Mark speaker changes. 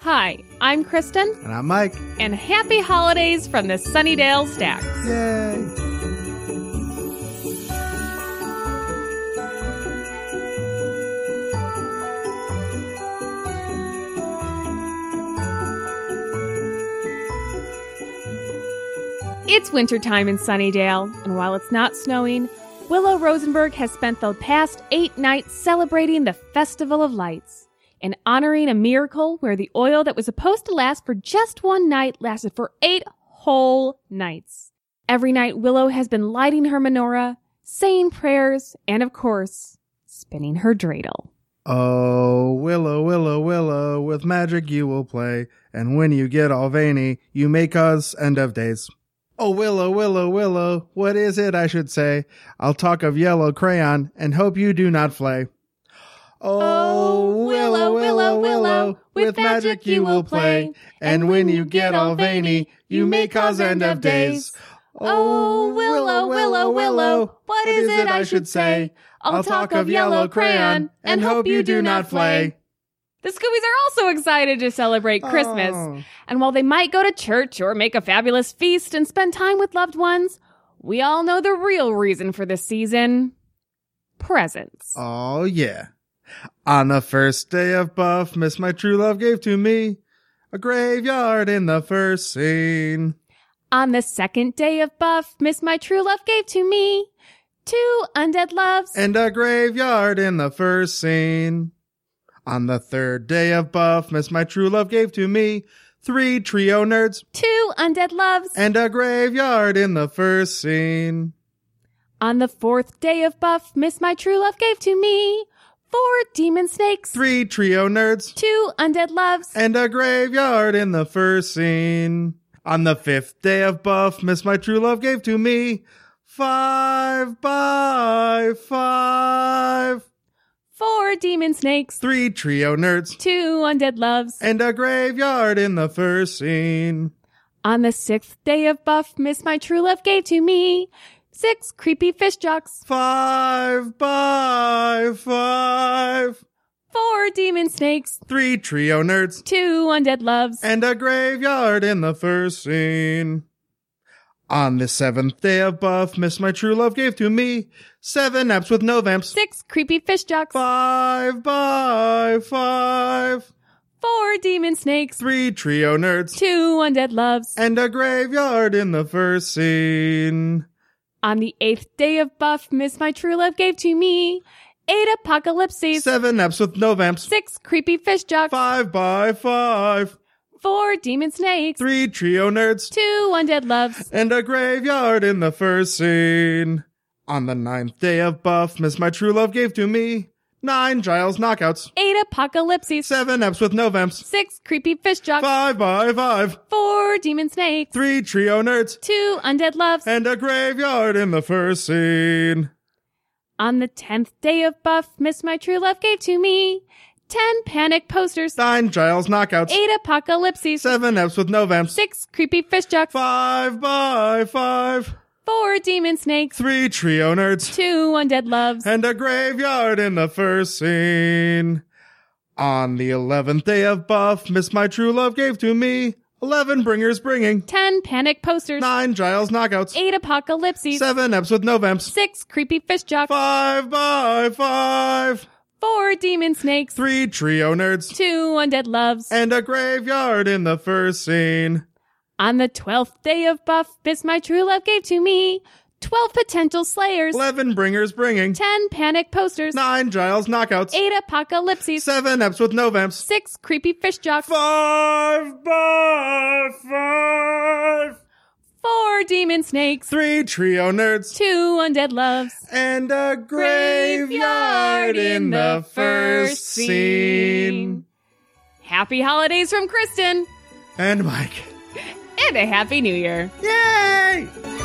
Speaker 1: Hi, I'm Kristen,
Speaker 2: And I'm Mike.
Speaker 1: and happy holidays from the Sunnydale Stacks.
Speaker 2: Yay.
Speaker 1: It's wintertime in Sunnydale, and while it's not snowing, Willow Rosenberg has spent the past eight nights celebrating the Festival of Lights and honoring a miracle where the oil that was supposed to last for just one night lasted for eight whole nights. Every night, Willow has been lighting her menorah, saying prayers, and of course, spinning her dreidel.
Speaker 2: Oh, Willow, Willow, Willow, with magic you will play, and when you get all veiny, you may cause end of days. Oh, Willow, Willow, Willow, what is it I should say? I'll talk of yellow crayon and hope you do not flay.
Speaker 1: Oh, Willow, Willow, Willow, with magic you will play,
Speaker 2: and when you get all veiny, you may cause end of days.
Speaker 1: Oh, Willow, Willow, Willow, what is it I should say? I'll talk of yellow crayon and hope you do not flay. The Scoobies are also excited to celebrate Christmas.
Speaker 2: Oh.
Speaker 1: And while they might go to church or make a fabulous feast and spend time with loved ones, we all know the real reason for this season presents.
Speaker 2: Oh yeah. On the first day of Buff, Miss My True Love gave to me a graveyard in the first scene.
Speaker 1: On the second day of Buff, Miss My True Love gave to me two undead loves.
Speaker 2: And a graveyard in the first scene. On the third day of Buff, Miss My True Love gave to me three trio nerds
Speaker 1: two undead loves.
Speaker 2: and a graveyard in the first scene.
Speaker 1: On the fourth day of buff, Miss My True Love gave to me four demon snakes,
Speaker 2: Three trio nerds
Speaker 1: two undead loves,
Speaker 2: and a graveyard in the first scene. On the fifth day of buff, Miss My True Love gave to me five by five,
Speaker 1: four demon snakes,
Speaker 2: three trio nerds,
Speaker 1: two undead loves.
Speaker 2: and a graveyard in the first scene.
Speaker 1: On the sixth day of buff, Miss My True Love gave to me six creepy fish jocks,
Speaker 2: Five by five,
Speaker 1: four demon snakes,
Speaker 2: three trio nerds,
Speaker 1: two undead loves.
Speaker 2: and a graveyard in the first scene. On the seventh day of buff, Miss My True Love gave to me seven naps with no vamps.
Speaker 1: Six creepy fish jocks,
Speaker 2: Five by five,
Speaker 1: four demon snakes,
Speaker 2: three trio nerds,
Speaker 1: two undead loves.
Speaker 2: and a graveyard in the first scene.
Speaker 1: On the eighth day of buff, Miss My True Love gave to me eight apocalypses,
Speaker 2: Seven naps with no vamps.
Speaker 1: six creepy fish jocks,
Speaker 2: Five by five,
Speaker 1: four demon snakes,
Speaker 2: three trio nerds,
Speaker 1: two undead loves,
Speaker 2: and a graveyard in the first scene. On the ninth day of buff, Miss My True Love gave to me nine Giles knockouts,
Speaker 1: eight apocalypses,
Speaker 2: seven naps with no vamps,
Speaker 1: six creepy fish jocks,
Speaker 2: five by five,
Speaker 1: four demon snakes,
Speaker 2: three trio nerds,
Speaker 1: two undead loves.
Speaker 2: and a graveyard in the first scene.
Speaker 1: On the tenth day of buff, Miss My True Love gave to me ten panic posters,
Speaker 2: Nine Giles knockouts.
Speaker 1: eight apocalypses,
Speaker 2: Seven F's with no vamps.
Speaker 1: six creepy fish jocks,
Speaker 2: Five by five.
Speaker 1: four demon snakes,
Speaker 2: Three trio nerds.
Speaker 1: two undead loves.
Speaker 2: And a graveyard in the first scene. On the eleventh day of buff, Miss My True Love gave to me eleven bringers bringing.
Speaker 1: Ten panic posters,
Speaker 2: Nine Giles knockouts.
Speaker 1: eight apocalypses,
Speaker 2: Seven F's with no vamps.
Speaker 1: six creepy fish jocks,
Speaker 2: Five by five.
Speaker 1: four demon snakes,
Speaker 2: Three trio nerds.
Speaker 1: two undead loves.
Speaker 2: And a graveyard in the first scene.
Speaker 1: On the twelfth day of buff, Miss My True Love gave to me twelve potential slayers,
Speaker 2: Eleven bringers bringing.
Speaker 1: ten panic posters,
Speaker 2: Nine Giles knockouts.
Speaker 1: eight apocalypses,
Speaker 2: Seven F's with no vamps.
Speaker 1: six creepy fish jocks,
Speaker 2: Five by five.
Speaker 1: four demon snakes,
Speaker 2: Three trio nerds
Speaker 1: two undead loves.
Speaker 2: and a graveyard in the first scene.
Speaker 1: Happy holidays from Kristen
Speaker 2: And Mike.
Speaker 1: and a happy new year.
Speaker 2: Yay!